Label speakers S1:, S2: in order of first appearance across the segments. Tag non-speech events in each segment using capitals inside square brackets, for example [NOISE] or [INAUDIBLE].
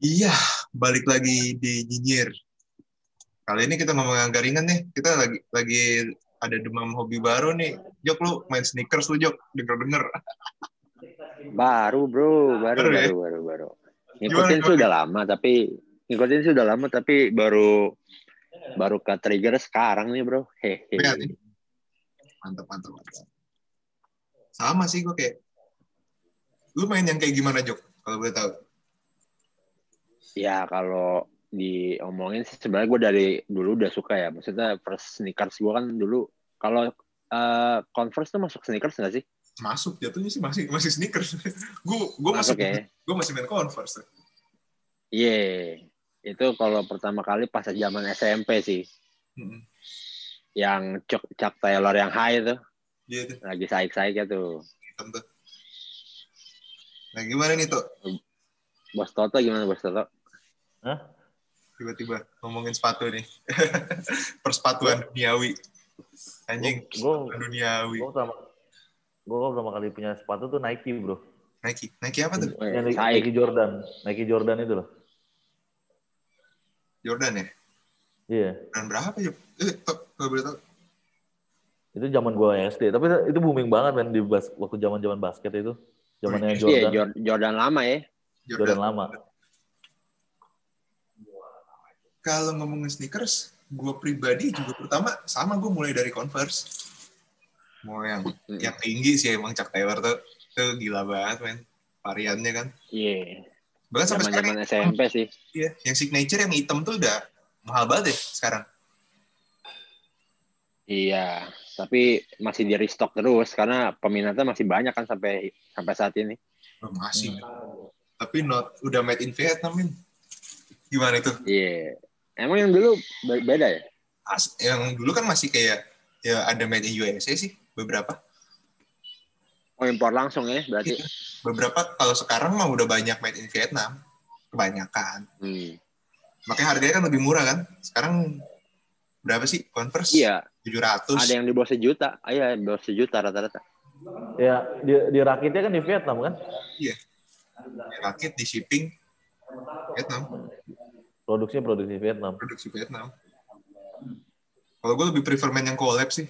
S1: Iya, balik lagi di Nyinyir. Kali ini kita ngomongin garingan nih. Kita lagi lagi ada demam hobi baru nih. Jok lu main sneakers lu Jok, denger-denger.
S2: Baru bro, baru
S1: Baru ya?
S2: baru baru baru. Ngikutin
S1: Gimana,
S2: sudah lama tapi ngikutin sudah lama tapi baru baru ke trigger sekarang nih bro. Hehe.
S1: Lihat nih. Mantap, mantap, mantap. Sama sih gue kayak lu main yang kayak gimana Jok? Kalau boleh tahu.
S2: Ya kalau diomongin sih sebenarnya gue dari dulu udah suka ya. Maksudnya first sneakers gue kan dulu kalau eh, Converse tuh masuk sneakers nggak sih?
S1: Masuk jatuhnya sih masih masih sneakers. [LAUGHS] gue gue Oh, masuk,
S2: Masuk ya.
S1: gue masih main Converse.
S2: Iya. Itu kalau pertama kali pas zaman SMP sih.
S1: Mm-mm.
S2: Yang Chuck, Chuck Taylor yang high tuh
S1: Iya tuh,
S2: lagi saik-saiknya tuh.
S1: hitam tuh. Nah gimana nih tuh
S2: Bos Toto gimana Bos Toto?
S1: tiba-tiba ngomongin sepatu nih [LAUGHS] persepatuan duniawi anjing
S3: Gua-
S1: persepatuan duniawi
S3: gue pertama gue pertama kali punya sepatu tuh Nike bro
S1: Nike Nike apa tuh
S2: Eh,
S3: yang Nike,
S2: Saik.
S3: Nike Jordan Nike Jordan itu loh
S1: Jordan ya
S3: iya
S1: Jordan berapa ya eh top nggak boleh tahu
S3: itu zaman gue SD tapi itu booming banget kan di bas waktu zaman zaman basket itu
S1: Iya,
S3: zamannya
S2: Iya,
S3: Jordan
S2: Jor- Jordan lama ya.
S1: Jordan,
S3: Jordan lama
S1: kalau ngomongin sneakers gue pribadi juga pertama sama gue mulai dari Converse mau yang
S2: Mm.
S1: yang tinggi sih emang Chuck Taylor tuh tuh gila banget men variannya kan
S2: Iya.
S1: bahkan sampai sekarang
S2: Zaman-zaman SMP sih.
S1: ya, yang signature yang hitam tuh udah mahal banget ya sekarang
S2: Iya, tapi masih di restock terus karena peminatnya masih banyak kan sampai sampai saat ini.
S1: Oh, masih
S2: Hmm.
S1: tapi not udah made in Vietnam Min. gimana itu
S2: Iya. Emang yang dulu be- beda ya?
S1: As- yang dulu kan masih kayak ya ada made in USA sih beberapa
S2: Oh, impor langsung ya berarti.
S1: Iya. beberapa kalau sekarang mah udah banyak made in Vietnam kebanyakan
S2: Hmm.
S1: makanya harganya kan lebih murah kan sekarang berapa sih Converse
S2: Iya,
S1: 700
S2: ada yang di bawah sejuta. Ah, Iya, di bawah sejuta rata-rata.
S3: ya di, di rakitnya kan di Vietnam kan
S1: rakit di shipping Vietnam
S3: produksinya produksi Vietnam
S1: produksi Vietnam kalau gue lebih prefer main yang collab sih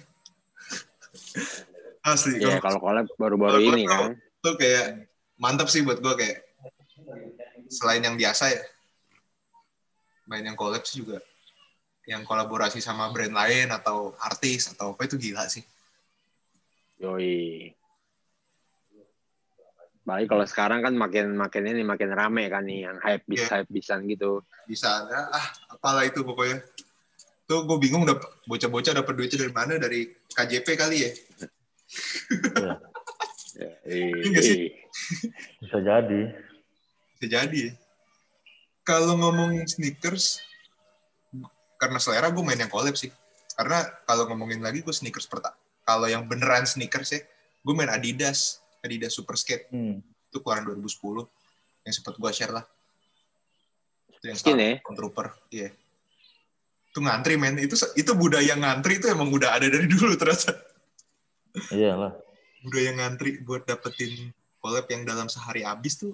S1: [LAUGHS] asli
S2: Iya,
S1: kalau-
S2: kalau collab baru-baru
S1: Kalau
S2: ini
S1: collab
S2: kan.
S1: tuh kayak mantap sih buat gue kayak selain yang biasa ya main yang collab sih juga yang kolaborasi sama brand lain atau artis atau apa itu gila sih
S2: Yoi. Baik kalau sekarang kan makin makin ini makin rame kan nih yang hype bis
S1: Iya.
S2: hype bisan gitu.
S1: bisa ada ah apalah itu pokoknya tuh gue bingung dapet bocah-bocah dapet duitnya dari mana dari KJP kali ya Iya sih.
S2: Iya.
S3: bisa jadi
S1: bisa jadi ya. kalau ngomongin sneakers karena selera gue main yang collab sih karena kalau ngomongin lagi gue sneakers pertama kalau yang beneran sneakers ya gue main Adidas Adidas Super Skate
S3: hmm.
S1: itu keluaran 2010 yang sempat gue share lah itu yang
S2: Skin ya?
S1: Storm Trooper iya itu ngantri men itu itu budaya ngantri itu emang udah ada dari [LAUGHS] dulu ternyata
S3: iyalah
S1: budaya ngantri buat dapetin collab yang dalam sehari habis tuh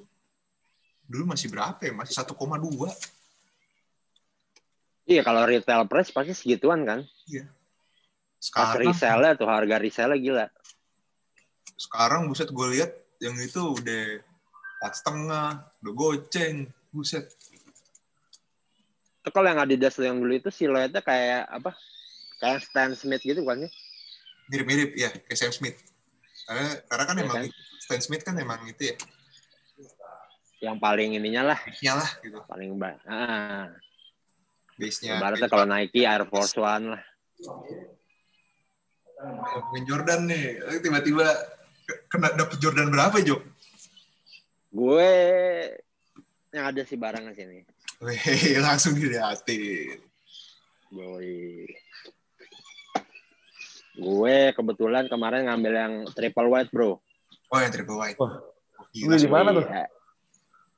S1: dulu masih berapa ya masih 1,2
S2: Iya kalau retail price pasti segituan kan. Pas
S1: sekarang
S2: resellnya tuh harga resellnya gila.
S1: sekarang buset gue lihat yang itu udah empat setengah udah goceng buset
S2: Itu kalau yang Adidas tuh yang dulu itu siluetnya kayak apa? Kayak Stan Smith gitu kan sih?
S1: mirip-mirip ya kayak Sam Smith karena, karena kan
S2: Iya
S1: emang
S2: kan?
S1: Stan Smith kan emang itu ya
S2: Yang paling ininya lah,
S1: base-nya lah gitu
S2: paling ba- Ah,
S3: Ya,
S1: base-nya
S2: ibaratnya kalau Nike Air Force One lah.
S1: ngomongin Jordan nih eh, tiba-tiba ke- kena dapet Jordan berapa Jok?
S2: Gue yang ada sih barangnya sini.
S1: Weh, [LAUGHS] langsung diliatin
S2: Yoi. Gue kebetulan kemarin ngambil yang triple white bro.
S1: oh yang triple white
S3: Wah.
S1: Gila,
S3: Lu di mana tuh?
S2: Iya.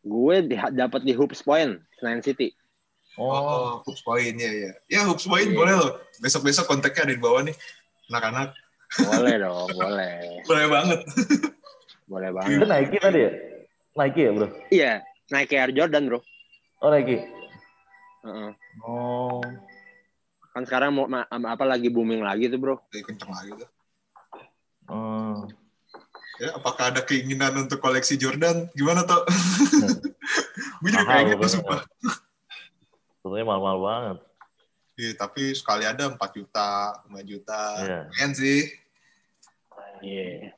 S2: Gue di- dapat di Hoops Point, Senayan City.
S3: oh,
S1: Oh, hoops point ya ya. Ya hoops point
S2: Iya.
S1: boleh loh. Besok besok kontaknya ada di bawah nih. Anak-anak
S2: Boleh dong, boleh,
S1: boleh banget.
S2: boleh
S1: Oh.
S3: itu
S2: banget.
S3: Nike tadi ya Nike ya bro
S2: Iya, Nike Air Jordan bro.
S3: Oh Nike.
S2: Heeh.
S1: Oh.
S2: Kan sekarang mau ma- ma- apa lagi booming lagi tuh bro?
S1: Jadi kenceng lagi tuh.
S3: Hmm.
S1: Ya, apakah ada keinginan untuk koleksi Jordan? Gimana
S3: [LAUGHS]
S1: toh? Gue jadi pengen
S3: Mahal,
S1: tuh
S3: bener.
S1: sumpah.
S3: Tentunya mahal-mahal banget.
S1: Iya, tapi sekali ada 4 juta, 5 juta.
S3: Iya.
S1: Lumayan sih.
S2: Iya.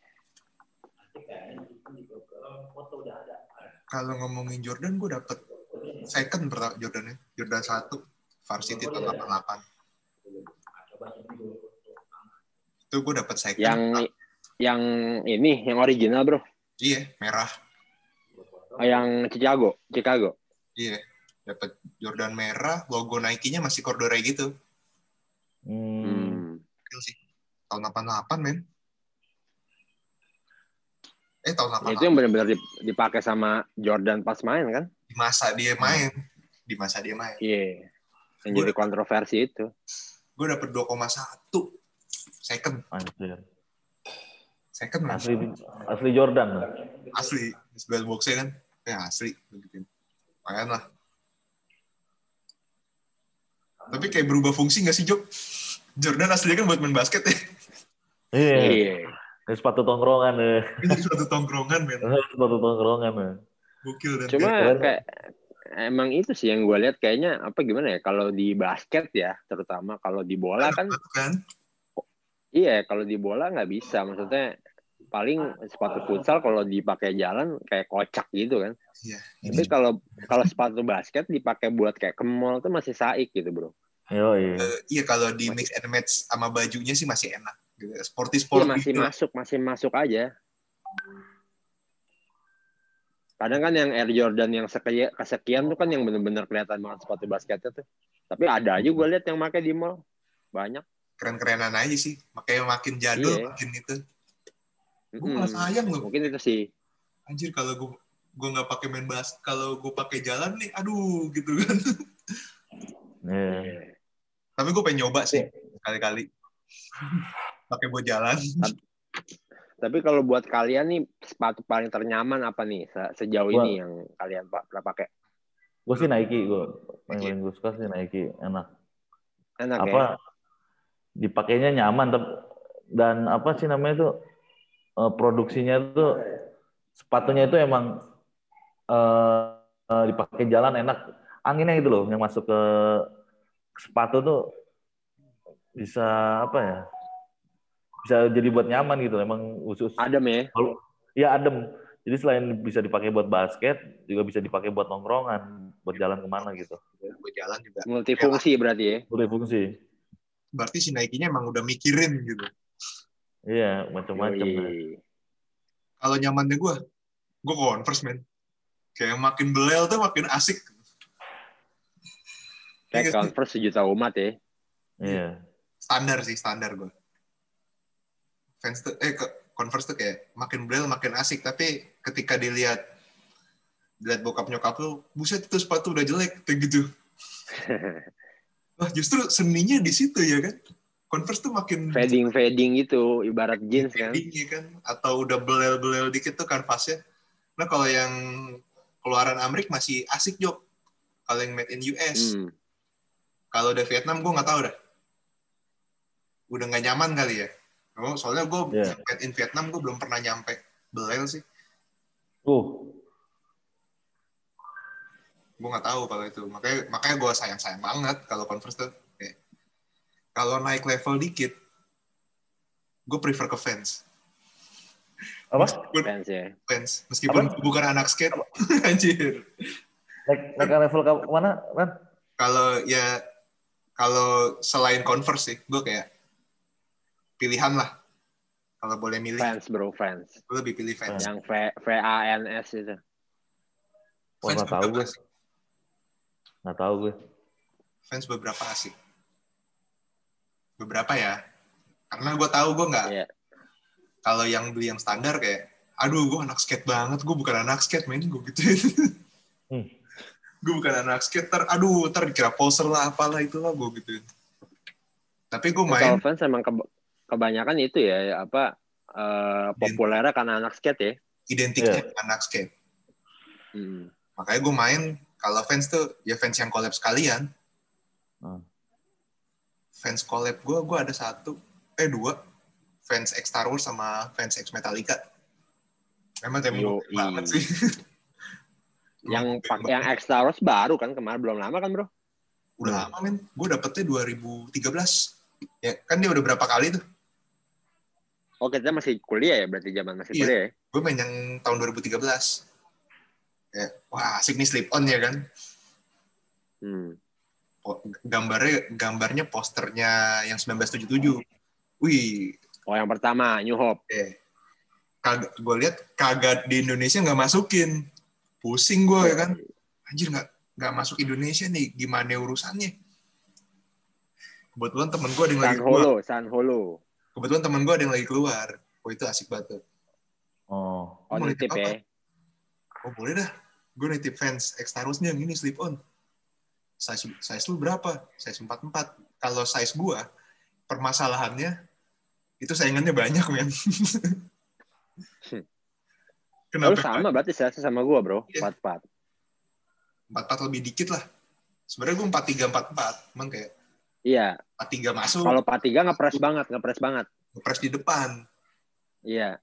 S1: Kalau ngomongin Jordan, gue dapet second pertama Jordannya. Jordan 1, Varsity tahun 88. Itu gue dapet second.
S2: Yang yang ini yang original bro,
S1: Iya, merah.
S2: Oh, yang Chicago, Chicago.
S1: Iya, dapat Jordan merah, logo Nike-nya masih corduroy gitu.
S3: Hmm.
S2: Hmm.
S1: Gokil sih. Tahun 88, men. Eh, tahun
S2: Itu yang
S1: 88.
S2: benar-benar dip- dipakai sama Jordan pas main kan?
S1: Di masa dia main. Di masa dia main.
S2: Iya. Yang jadi kontroversi itu.
S1: Gue dapet 2,1 second.
S3: Anjir.
S1: Second lah.
S3: Asli, asli Jordan.
S1: Asli. Sebelah boxnya kan. Ya, asli. Begitu. Lumayan lah. Tapi kayak berubah fungsi nggak sih, Jok? Jordan aslinya kan buat main basket ya. [LAUGHS]
S3: Iya.
S2: Iya.
S3: Ini sepatu tongkrongan ya.
S1: Ini suatu tongkrongan, men.
S3: Ini [LAUGHS] sepatu tongkrongan ya.
S1: Gokil dan
S2: Cuma
S3: Keren.
S2: kayak emang itu sih yang gue lihat kayaknya apa gimana ya kalau di basket ya terutama kalau di bola kan
S1: Satu kan.
S2: iya kalau di bola nggak bisa maksudnya paling sepatu futsal kalau dipakai jalan kayak kocak gitu kan
S1: Iya.
S2: tapi kalau kalau sepatu basket dipakai buat kayak ke mall tuh masih saik gitu bro
S3: Yoi.
S1: Eh, iya kalau di mix and match sama bajunya sih masih enak. Gitu. ya? Sporty
S2: Iya
S1: sporty. gitu.
S2: masih masuk, masih masuk aja. Kadang kan yang Air Jordan yang sekian, kesekian tuh kan yang bener-bener kelihatan banget sepatu basketnya tuh. Tapi ada aja gue lihat yang pakai di mall. Banyak.
S1: Keren-kerenan aja sih. Makanya makin jadul
S2: Iya. Hmm.
S1: makin itu. Gue
S2: Mm-mm.
S1: malah sayang loh.
S2: Mungkin itu sih.
S1: Anjir kalau gue gue nggak pakai main bas kalau gue pakai jalan nih aduh gitu kan [LAUGHS]
S3: Iya.
S1: tapi gue pengen nyoba sih kali-kali pakai buat jalan
S2: Tapi kalau buat kalian nih sepatu paling ternyaman apa nih se- sejauh
S3: Gua-
S2: ini yang kalian pa- pernah pakai?
S3: Gue sih Nike gue. Yang paling gue suka sih Nike. Enak.
S2: Enak
S3: apa
S2: ya?
S3: dipakainya nyaman tep- dan apa sih namanya tuh eh, produksinya tuh sepatunya itu emang eh, eh, dipakai jalan enak anginnya gitu loh yang masuk ke sepatu tuh bisa apa ya bisa jadi buat nyaman gitu loh, emang khusus
S2: Adem ya?
S3: ya adem jadi selain bisa dipakai buat basket juga bisa dipakai buat nongkrongan buat jalan kemana gitu
S1: buat jalan juga
S2: Multifungsi berarti ya?
S3: berfungsi
S1: berarti si Nike-nya emang udah mikirin gitu
S3: iya macam-macam
S2: Yoi.
S1: kalau nyamannya gue gue converse men kayak makin belel tuh makin asik
S2: Kayak
S1: Iya.
S2: Converse sejuta umat ya. [LAUGHS]
S3: iya
S1: standar sih standar gue fans tuh eh ke- converse tuh kayak makin bril makin asik tapi ketika dilihat dilihat bokap nyokap lu buset itu sepatu udah jelek kayak gitu wah justru seninya di situ ya kan converse tuh makin
S2: Fading fading gitu, ibarat jeans kan?
S1: fading ya kan atau udah belel belel dikit tuh kanvasnya nah kalau yang keluaran Amrik masih asik jok kalau yang made in US
S2: Hmm.
S1: kalau udah Vietnam gue nggak tahu dah udah nggak nyaman kali ya Oh, soalnya gue
S3: Iya.
S1: in Vietnam gue belum pernah nyampe belel sih
S3: uh
S1: gue nggak tahu kalau itu makanya makanya gue sayang sayang banget kalau converse tuh Kayak, kalau naik level dikit gue prefer ke fans
S3: apa
S1: meskipun
S2: Fans ya.
S1: fans meskipun
S3: Apa?
S1: gua bukan anak skate [LAUGHS] anjir
S3: naik naik ke level ke mana Ran?
S1: kalau ya kalau selain converse sih gue kayak pilihan lah kalau boleh milih
S2: Fans bro, fans.
S1: gue lebih pilih fans
S2: Yang V V A N S itu.
S3: Wah, nggak tahu gue.
S1: asik.
S3: Nggak tahu gue.
S1: fans beberapa asik beberapa ya karena gue tahu gue nggak
S2: Iya.
S1: kalau yang beli yang standar kayak aduh gue anak skate banget gue bukan anak skate main gue gituin
S3: Hmm.
S1: gue bukan anak skate ter aduh ter dikira poser lah apalah itu lah gue gituin tapi gue
S2: Kalau
S1: main
S2: fans emang keb- kebanyakan itu ya apa eh, populernya karena anak skate ya.
S1: identiknya anak skate
S2: Hmm.
S1: makanya gue main Kalau fans tuh ya fans yang collab sekalian.
S3: Hmm.
S1: Fans collab gue, gue ada satu, eh dua. Fans X Star Wars sama fans X Metallica. Emang temen gue
S2: Yoi.
S1: banget sih.
S2: yang
S1: Gokil
S2: pak-
S1: banget.
S2: yang extra Wars baru kan kemarin belum lama kan bro
S1: Udah lama men, gue dapetnya 2013. Ya kan dia udah berapa kali tuh.
S2: oh kita masih kuliah ya berarti zaman
S1: Iya.
S2: masih kuliah ya
S1: Gue main yang tahun 2013. Ya, wah asik nih slip on ya kan.
S2: hmm.
S1: Po- gambarnya gambarnya posternya yang 1977. Wih,
S2: oh yang pertama New Hope
S1: eh kagak gue lihat kagak di Indonesia nggak masukin. Pusing gue ya kan. Anjir nggak nggak masuk Indonesia nih, gimana urusannya? Kebetulan temen gue ada yang
S2: San
S1: lagi keluar.
S2: Holo San
S1: Oh,
S2: Holo
S1: Kebetulan temen gue ada yang lagi keluar. Oh itu asik banget. tuh.
S3: Oh.
S2: oh
S1: Mulai
S2: nitip
S1: apa?
S2: ya
S1: Oh boleh dah. Gue nitip fans X Star Wars-nya yang ini slip on. Size, size lu berapa? Size 44. Kalau size gua, permasalahannya itu saingannya banyak, men.
S2: Oh, lu
S1: [LAUGHS] Kenapa?
S2: sama berarti saya sama gua bro
S1: Iya.
S2: empat empat
S1: 44 lebih dikit lah. Sebenarnya gue 43, 44. Emang kayak
S2: iya
S1: 43 masuk,
S2: kalau empat tiga ngepres banget ngepres banget
S1: ngepres di depan.
S2: iya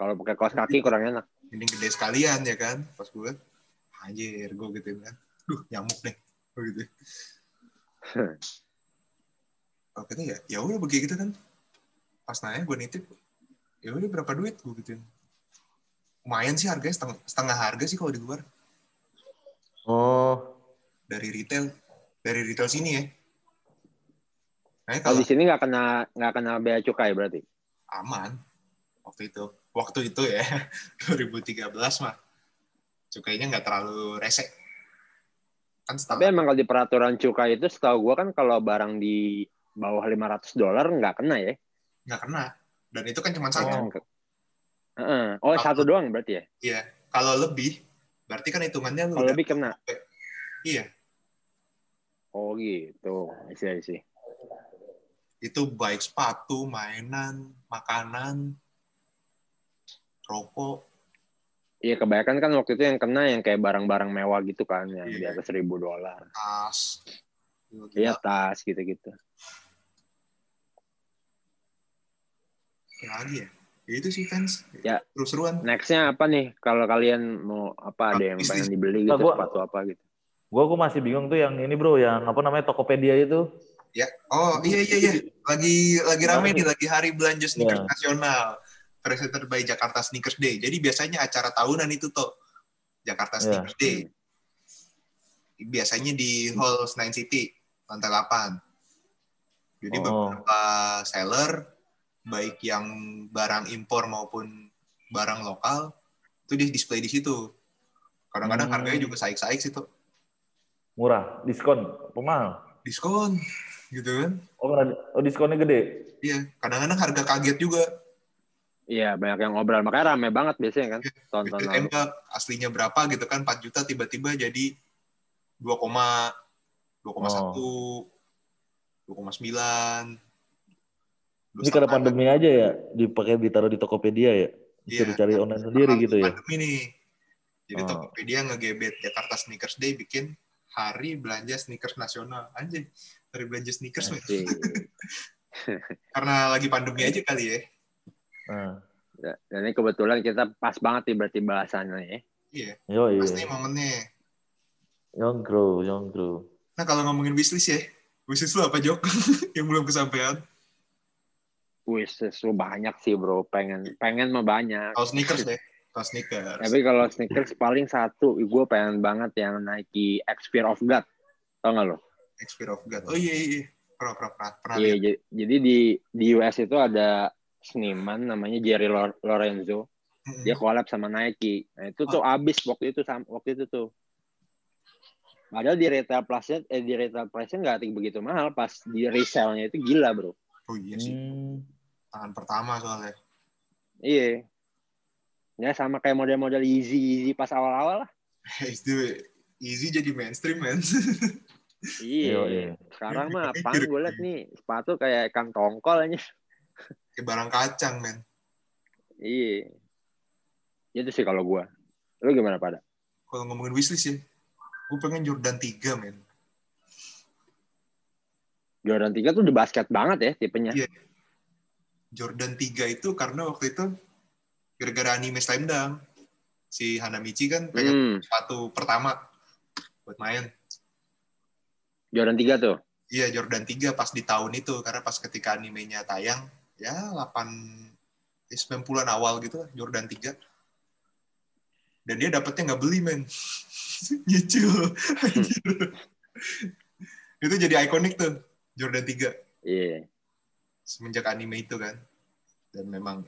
S2: kalau pakai kaos kaki kurang enak
S1: Ini gede sekalian, ya kan? Pas gue, anjir, gue gitu kan. Duh, nyamuk deh. Gue gitu. Oke tuh ya, ya udah begitu gitu kan. Pas nanya gue nitip, ya udah berapa duit gue gituin. Lumayan sih harganya setengah, setengah harga sih kalau di luar
S3: Oh.
S1: dari retail, dari retail sini ya. Nah
S2: kalau
S1: kalau
S2: di sini nggak kena nggak kena bea cukai berarti
S1: aman waktu itu, waktu itu ya [LAUGHS] 2013 mah cukainya nggak terlalu rese. Kan
S2: tapi
S1: setengah,
S2: emang kalau di peraturan cukai itu setahu gua kan kalau barang di bawah 500 dolar nggak kena ya
S1: nggak kena. Dan itu kan cuma satu.
S2: Oh, Heeh. oh satu doang berarti ya
S1: Iya. Kalau lebih, berarti kan hitungannya lu
S2: kalau
S1: udah-
S2: lebih kena
S1: Iya.
S2: oh gitu sih sih
S1: itu baik sepatu, mainan, makanan, rokok.
S2: Iya kebanyakan kan waktu itu yang kena yang kayak barang-barang mewah gitu kan yang di
S1: Iya.
S2: atas seribu dolar.
S1: tas. Gila, gila.
S2: Iya tas gitu-gitu.
S1: Apa lagi ya? Ya itu sih fans.
S2: Iya. Ya.
S1: Seru-seruan.
S2: Nextnya apa nih kalau kalian mau apa ada yang
S1: Bisnis.
S2: pengen dibeli gitu
S3: Nah, gua-
S2: sepatu apa gitu?
S3: Gua gua masih bingung tuh yang ini bro, yang apa namanya Tokopedia itu.
S1: Ya. Oh iya iya iya. Lagi lagi rame
S3: Baru.
S1: nih lagi hari belanja sneakers
S3: Ya.
S1: nasional. Presenter by Jakarta Sneakers Day. Jadi biasanya acara tahunan itu toh Jakarta
S3: Ya.
S1: Sneakers Day.
S2: Hmm.
S1: Biasanya di Hall Nine City lantai 8. Jadi
S3: Oh.
S1: beberapa seller baik yang barang impor maupun barang lokal itu dia display di situ. Kadang-kadang
S3: Hmm.
S1: harganya juga saik-saik situ.
S3: Murah, diskon, apa mahal?
S1: Diskon gitu kan.
S3: Oh, karena- oh, diskonnya gede.
S1: Iya, kadang-kadang harga kaget juga.
S2: Iya banyak yang ngobrol makanya rame banget biasanya kan
S1: Gitu,
S2: tonton lalu.
S1: tembak aslinya berapa gitu kan 4 juta tiba-tiba jadi 2,
S3: Oh.
S1: 2,1 2,9
S3: Ini karena pandemi aja ya, dipakai ditaruh di Tokopedia ya. Bisa
S1: Iya.
S3: dicari online sendiri gitu ya.
S1: Pandemi nih. Jadi
S3: Oh.
S1: Tokopedia ngegebet Jakarta Sneakers Day bikin hari belanja sneakers nasional. Anjir, hari belanja sneakers.
S3: Eh.
S1: men.
S2: Asik.
S1: Karena lagi pandemi aja kali ya.
S3: Nah,
S2: Dan ini kebetulan kita pas banget nih berarti bahasannya ya.
S1: Iya,
S3: yo
S1: pas
S3: iya.
S1: nih momennya.
S3: Yongkro, yongkro.
S1: Nah kalau ngomongin wishlist ya, wishlist lu apa Jok? [LAUGHS] Yang belum kesampaian.
S2: Wih sesu banyak sih bro pengen pengen mah banyak.
S1: Kalau sneakers deh. Kalau sneakers.
S2: Tapi kalau sneakers paling satu, gue pengen banget yang Nike X Fear of God. Tau gak lo?
S1: X Fear of God. Oh iya iya. iya. Pernah pernah pernah. pernah
S2: Hmm. Iya,
S1: lihat.
S2: jadi- jadi di di US itu ada seniman namanya Jerry Lor- Lorenzo.
S1: Mm-mm.
S2: Dia collab sama Nike. Nah, itu
S1: Oh.
S2: tuh abis waktu itu sam- waktu itu tuh. Padahal di retail price eh di retail price nggak tinggi begitu mahal, pas di resellnya itu gila, Bro.
S1: Oh iya sih.
S3: Hmm.
S1: Tangan pertama soalnya. [LAUGHS]
S2: Iya. Ya sama kayak model-model Yeezy Yeezy pas awal-awal lah.
S1: Itu easy jadi mainstream man. [LAUGHS]
S3: Yo,
S2: Iya.
S3: iya.
S2: Sekarang mah apaan gue liat nih sepatu kayak kang tongkol aja.
S1: Kayak barang kacang men.
S2: Iya. Itu sih kalau gua. Lu gimana pada?
S1: Kalau ngomongin wishlist ya. Gue Gue pengen Jordan 3, men.
S2: Jordan 3 tuh udah basket banget ya tipenya.
S1: Iya. Jordan 3 itu karena waktu itu gara-gara anime Slam Dunk. Si Hanamichi kan pengen
S2: Hmm,
S1: sepatu pertama buat main.
S2: Jordan 3 tuh.
S1: Iya, Jordan 3 pas di tahun itu. Karena pas ketika animenya tayang, ya 8, eh, 90-an awal gitu lah, Jordan 3. Dan dia dapetnya nggak beli, men. [LAUGHS] Nyicil. Anjir. itu jadi ikonik tuh, Jordan 3.
S2: Iya.
S1: semenjak anime itu kan dan memang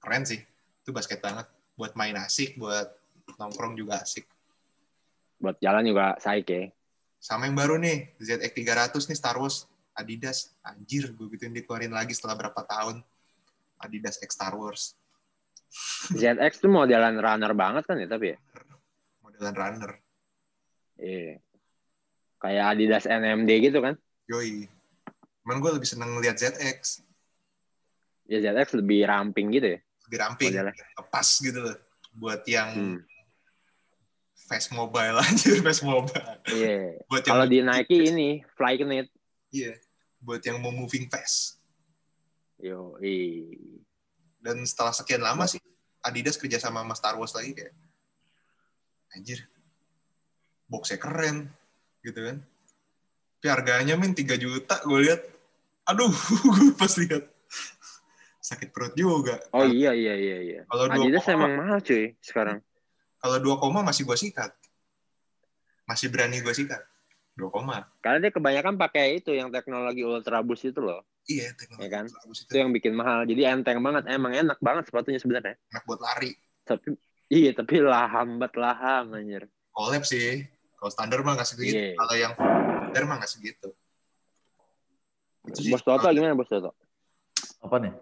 S1: keren sih itu basket banget buat main asik buat nongkrong juga asik
S2: Buat jalan juga
S1: [LAUGHS]
S2: saik ya.
S1: sama yang baru nih ZX 300 nih Star Wars Adidas anjir gue gituin dikeluarin lagi setelah berapa tahun Adidas X Star Wars
S2: ZX tuh modelan runner banget kan ya tapi ya.
S1: modelan runner
S2: Iya. Kayak Adidas NMD gitu kan.
S1: yoi cuman gue lebih seneng lihat ZX
S2: Ya ZX lebih ramping gitu ya.
S1: lebih ramping
S2: Modelnya.
S1: lepas gitu loh buat yang
S2: Hmm.
S1: fast mobile [LAUGHS] anjir fast mobile
S2: Iya.
S1: [LAUGHS] buat yang
S2: Kalau di Nike ini Flyknit.
S1: iya buat yang mau moving fast
S2: Yo, iya.
S1: dan setelah sekian lama sih Adidas kerja sama sama Star Wars lagi kayak anjir boxnya keren gitu kan tapi harganya min 3 juta gue lihat aduh [LAUGHS] gue pas lihat sakit perut juga
S2: Oh iya iya iya iya.
S1: kalau dua
S2: Adidas
S1: koma
S2: emang mahal cuy sekarang.
S1: kalau dua koma masih gue sikat masih berani gue sikat dua koma
S2: Karena dia kebanyakan pakai itu yang teknologi ultra boost itu loh.
S1: iya teknologi
S2: Ya kan?
S1: bagus itu
S2: Itu yang bikin mahal. Jadi enteng banget. Emang enak banget sepatunya sebenarnya.
S1: enak buat lari
S2: Tapi iya tapi laham banget laham anjir.
S1: collab sih kalau standar mah nggak segitu
S2: Iya.
S1: kalau yang standar mah nggak segitu Itu sih.
S2: Bos Toto gimana Bos Toto?
S3: Apa nih?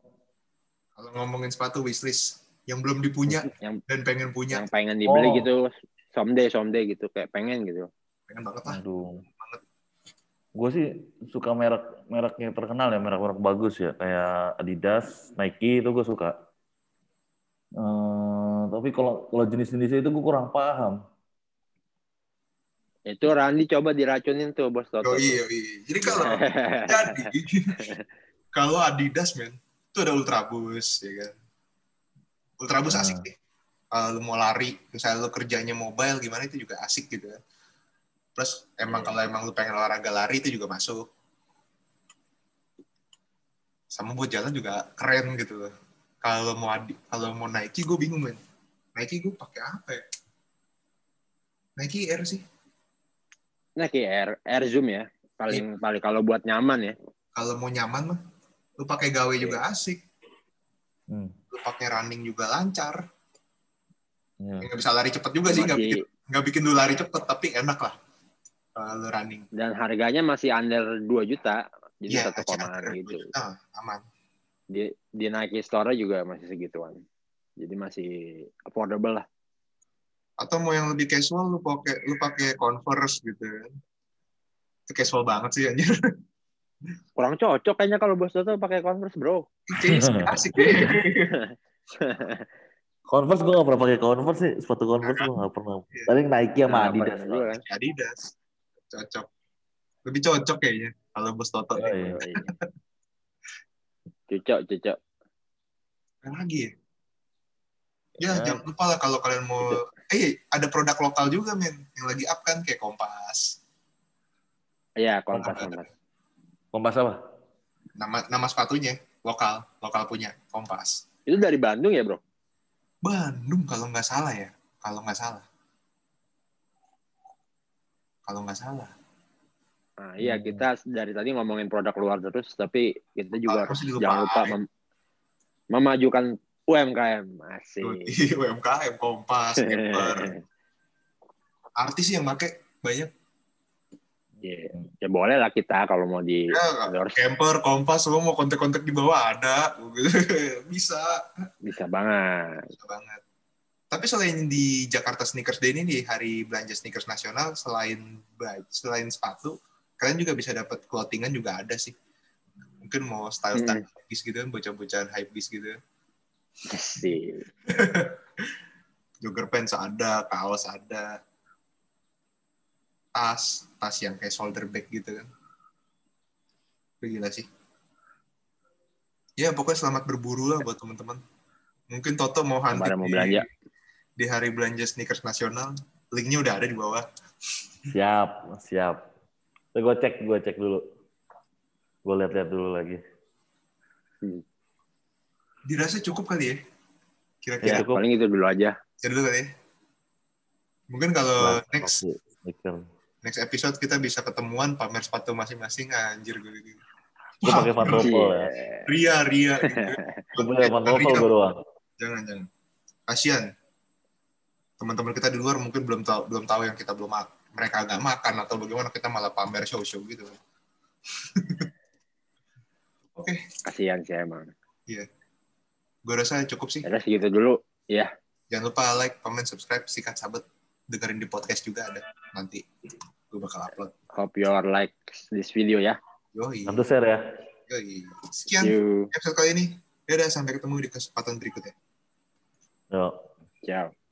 S1: Kalau ngomongin sepatu wishlist yang belum dipunya
S2: Yang
S1: dan pengen punya,
S2: yang pengen dibeli
S3: Oh.
S2: gitu someday someday gitu kayak pengen gitu.
S1: pengen banget lah.
S3: Aduh. Gue sih suka merek merek yang terkenal ya, merek-merek bagus ya, kayak Adidas, Nike itu gue suka. Eh, tapi kalau kalau jenis-jenisnya itu gue kurang paham.
S2: Itu Randi coba diracunin tuh Bos Toto.
S1: Yoi, yoi. Jadi kalau jadi kalau Adidas men itu ada Ultrabus ya kan. Ultrabus
S3: Ah.
S1: asik deh. Kalau lu mau lari, misalnya lu kerjanya mobile gimana itu juga asik gitu kan. Plus emang kalau emang lu pengen olahraga lari itu juga masuk. Sama buat jalan juga keren gitu loh. Kalau mau adi, kalau mau Nike gue bingung men. Nike gue pakai apa ya? Nike Air sih.
S2: Nah, kayak Air, Air Zoom
S1: Iya.
S2: ya. Paling paling kalau buat nyaman ya.
S1: Kalau mau nyaman mah lu pakai gawe
S2: Iya.
S1: juga asik.
S3: Hmm,
S1: lu pakai running juga lancar. Ya,
S3: iya.
S1: Nggak bisa lari cepet juga sih, nggak bikin,
S2: Masih,
S1: nggak bikin lu lari cepet, tapi enak lah uh, lu running.
S2: dan harganya masih under 2 juta. Jadi
S1: Iya,
S2: satu komaan
S1: acara-
S2: gitu.
S1: Ah, aman.
S2: Di, di Nike Store juga masih segituan. Jadi masih affordable lah.
S1: Atau mau yang lebih casual, lu pakai lu pakai Converse gitu. kan. Itu casual banget sih anjir. [LAUGHS]
S2: Kurang cocok kayaknya kalau Bos Toto pakai Converse, Bro.
S1: Kayaknya
S2: [LAUGHS]
S1: asik deh.
S3: Converse gue gak pernah pakai Converse sih, sepatu Converse gue gak pernah. Paling Nike Iya, sama
S2: Nah,
S3: Adidas.
S2: badan juga kan.
S1: Adidas. Cocok. Lebih cocok kayaknya kalau bos Toto.
S3: Oh, iya.
S2: Yoi. Cucok, cucok.
S1: Apa lagi ya? Ya,
S3: Ya.
S1: jangan lupa lah kalau kalian mau... Eh, ada produk lokal juga, men. Yang lagi up kan, kayak Kompas.
S2: Iya, kompas, kompas.
S3: Kompas apa?
S1: Nama nama sepatunya, lokal. Lokal punya, Kompas.
S2: Itu dari Bandung ya, Bro?
S1: Bandung kalau nggak salah ya, kalau nggak salah, kalau nggak salah.
S2: Nah, iya
S3: Hmm.
S2: kita dari tadi ngomongin produk luar terus, tapi kita juga
S1: Ah, masih dilupain.
S2: jangan lupa mem- memajukan UMKM [LAUGHS] asik.
S1: Yoi, UMKM, Kompas,
S2: [LAUGHS]
S1: Paper. Artis sih yang pakai banyak.
S2: Iya. Ya boleh lah kita kalau mau di
S1: Ya,
S2: endorse
S1: Camper, Kompas, semua mau kontak-kontak di bawah ada. [LAUGHS] Bisa.
S2: bisa banget.
S1: Bisa banget. Tapi selain di Jakarta Sneakers Day ini di hari belanja sneakers nasional, selain baju- selain sepatu, kalian juga bisa dapat clothingan juga ada sih. Mungkin mau style-style
S2: Hmm.
S1: hypebeast gitu kan, bocah-bocahan hypebeast gitu.
S2: Asik.
S1: jogger pants ada, kaos ada. tas tas yang kayak shoulder bag gitu kan Itu gila sih ya pokoknya selamat berburu lah buat teman-teman mungkin Toto mau hunting
S2: Kemarin mau belanja.
S1: di hari belanja sneakers nasional linknya udah ada di bawah
S3: Siap, siap. Gue cek, gue cek dulu. Gue lihat-lihat dulu lagi.
S1: dirasa cukup kali ya
S2: Ya,
S1: kira-kira
S3: cukup.
S2: paling itu dulu aja.
S1: Jadi dulu kali ya mungkin kalau
S3: Nah,
S1: Eh, next
S3: kopi, sneaker.
S1: next episode kita bisa ketemuan pamer sepatu masing-masing anjir gue gitu.
S3: Gue
S1: Wah,
S3: pakai pantofel ya.
S2: Iya.
S1: Ria Ria
S3: [LAUGHS]
S1: gitu.
S3: Gue pakai
S1: Eh,
S3: pantofel
S1: Ria.
S3: gue doang.
S1: jangan jangan kasian teman-teman kita di luar mungkin belum tahu belum tahu yang kita belum ma- mereka agak makan atau bagaimana kita malah pamer show show gitu [LAUGHS] oke
S2: Kasihan sih emang.
S1: gue Iya. rasa cukup sih
S2: Terus segitu dulu. Ya,
S1: jangan lupa like comment subscribe sikat sabet dengerin di podcast juga ada nanti gue bakal upload
S2: Hope you are like this video ya.
S1: yoi
S3: Satu share ya.
S1: yoi sekian
S2: You.
S1: episode kali ini dadah sampai ketemu di kesempatan berikutnya
S3: Yuk.
S2: Ciao.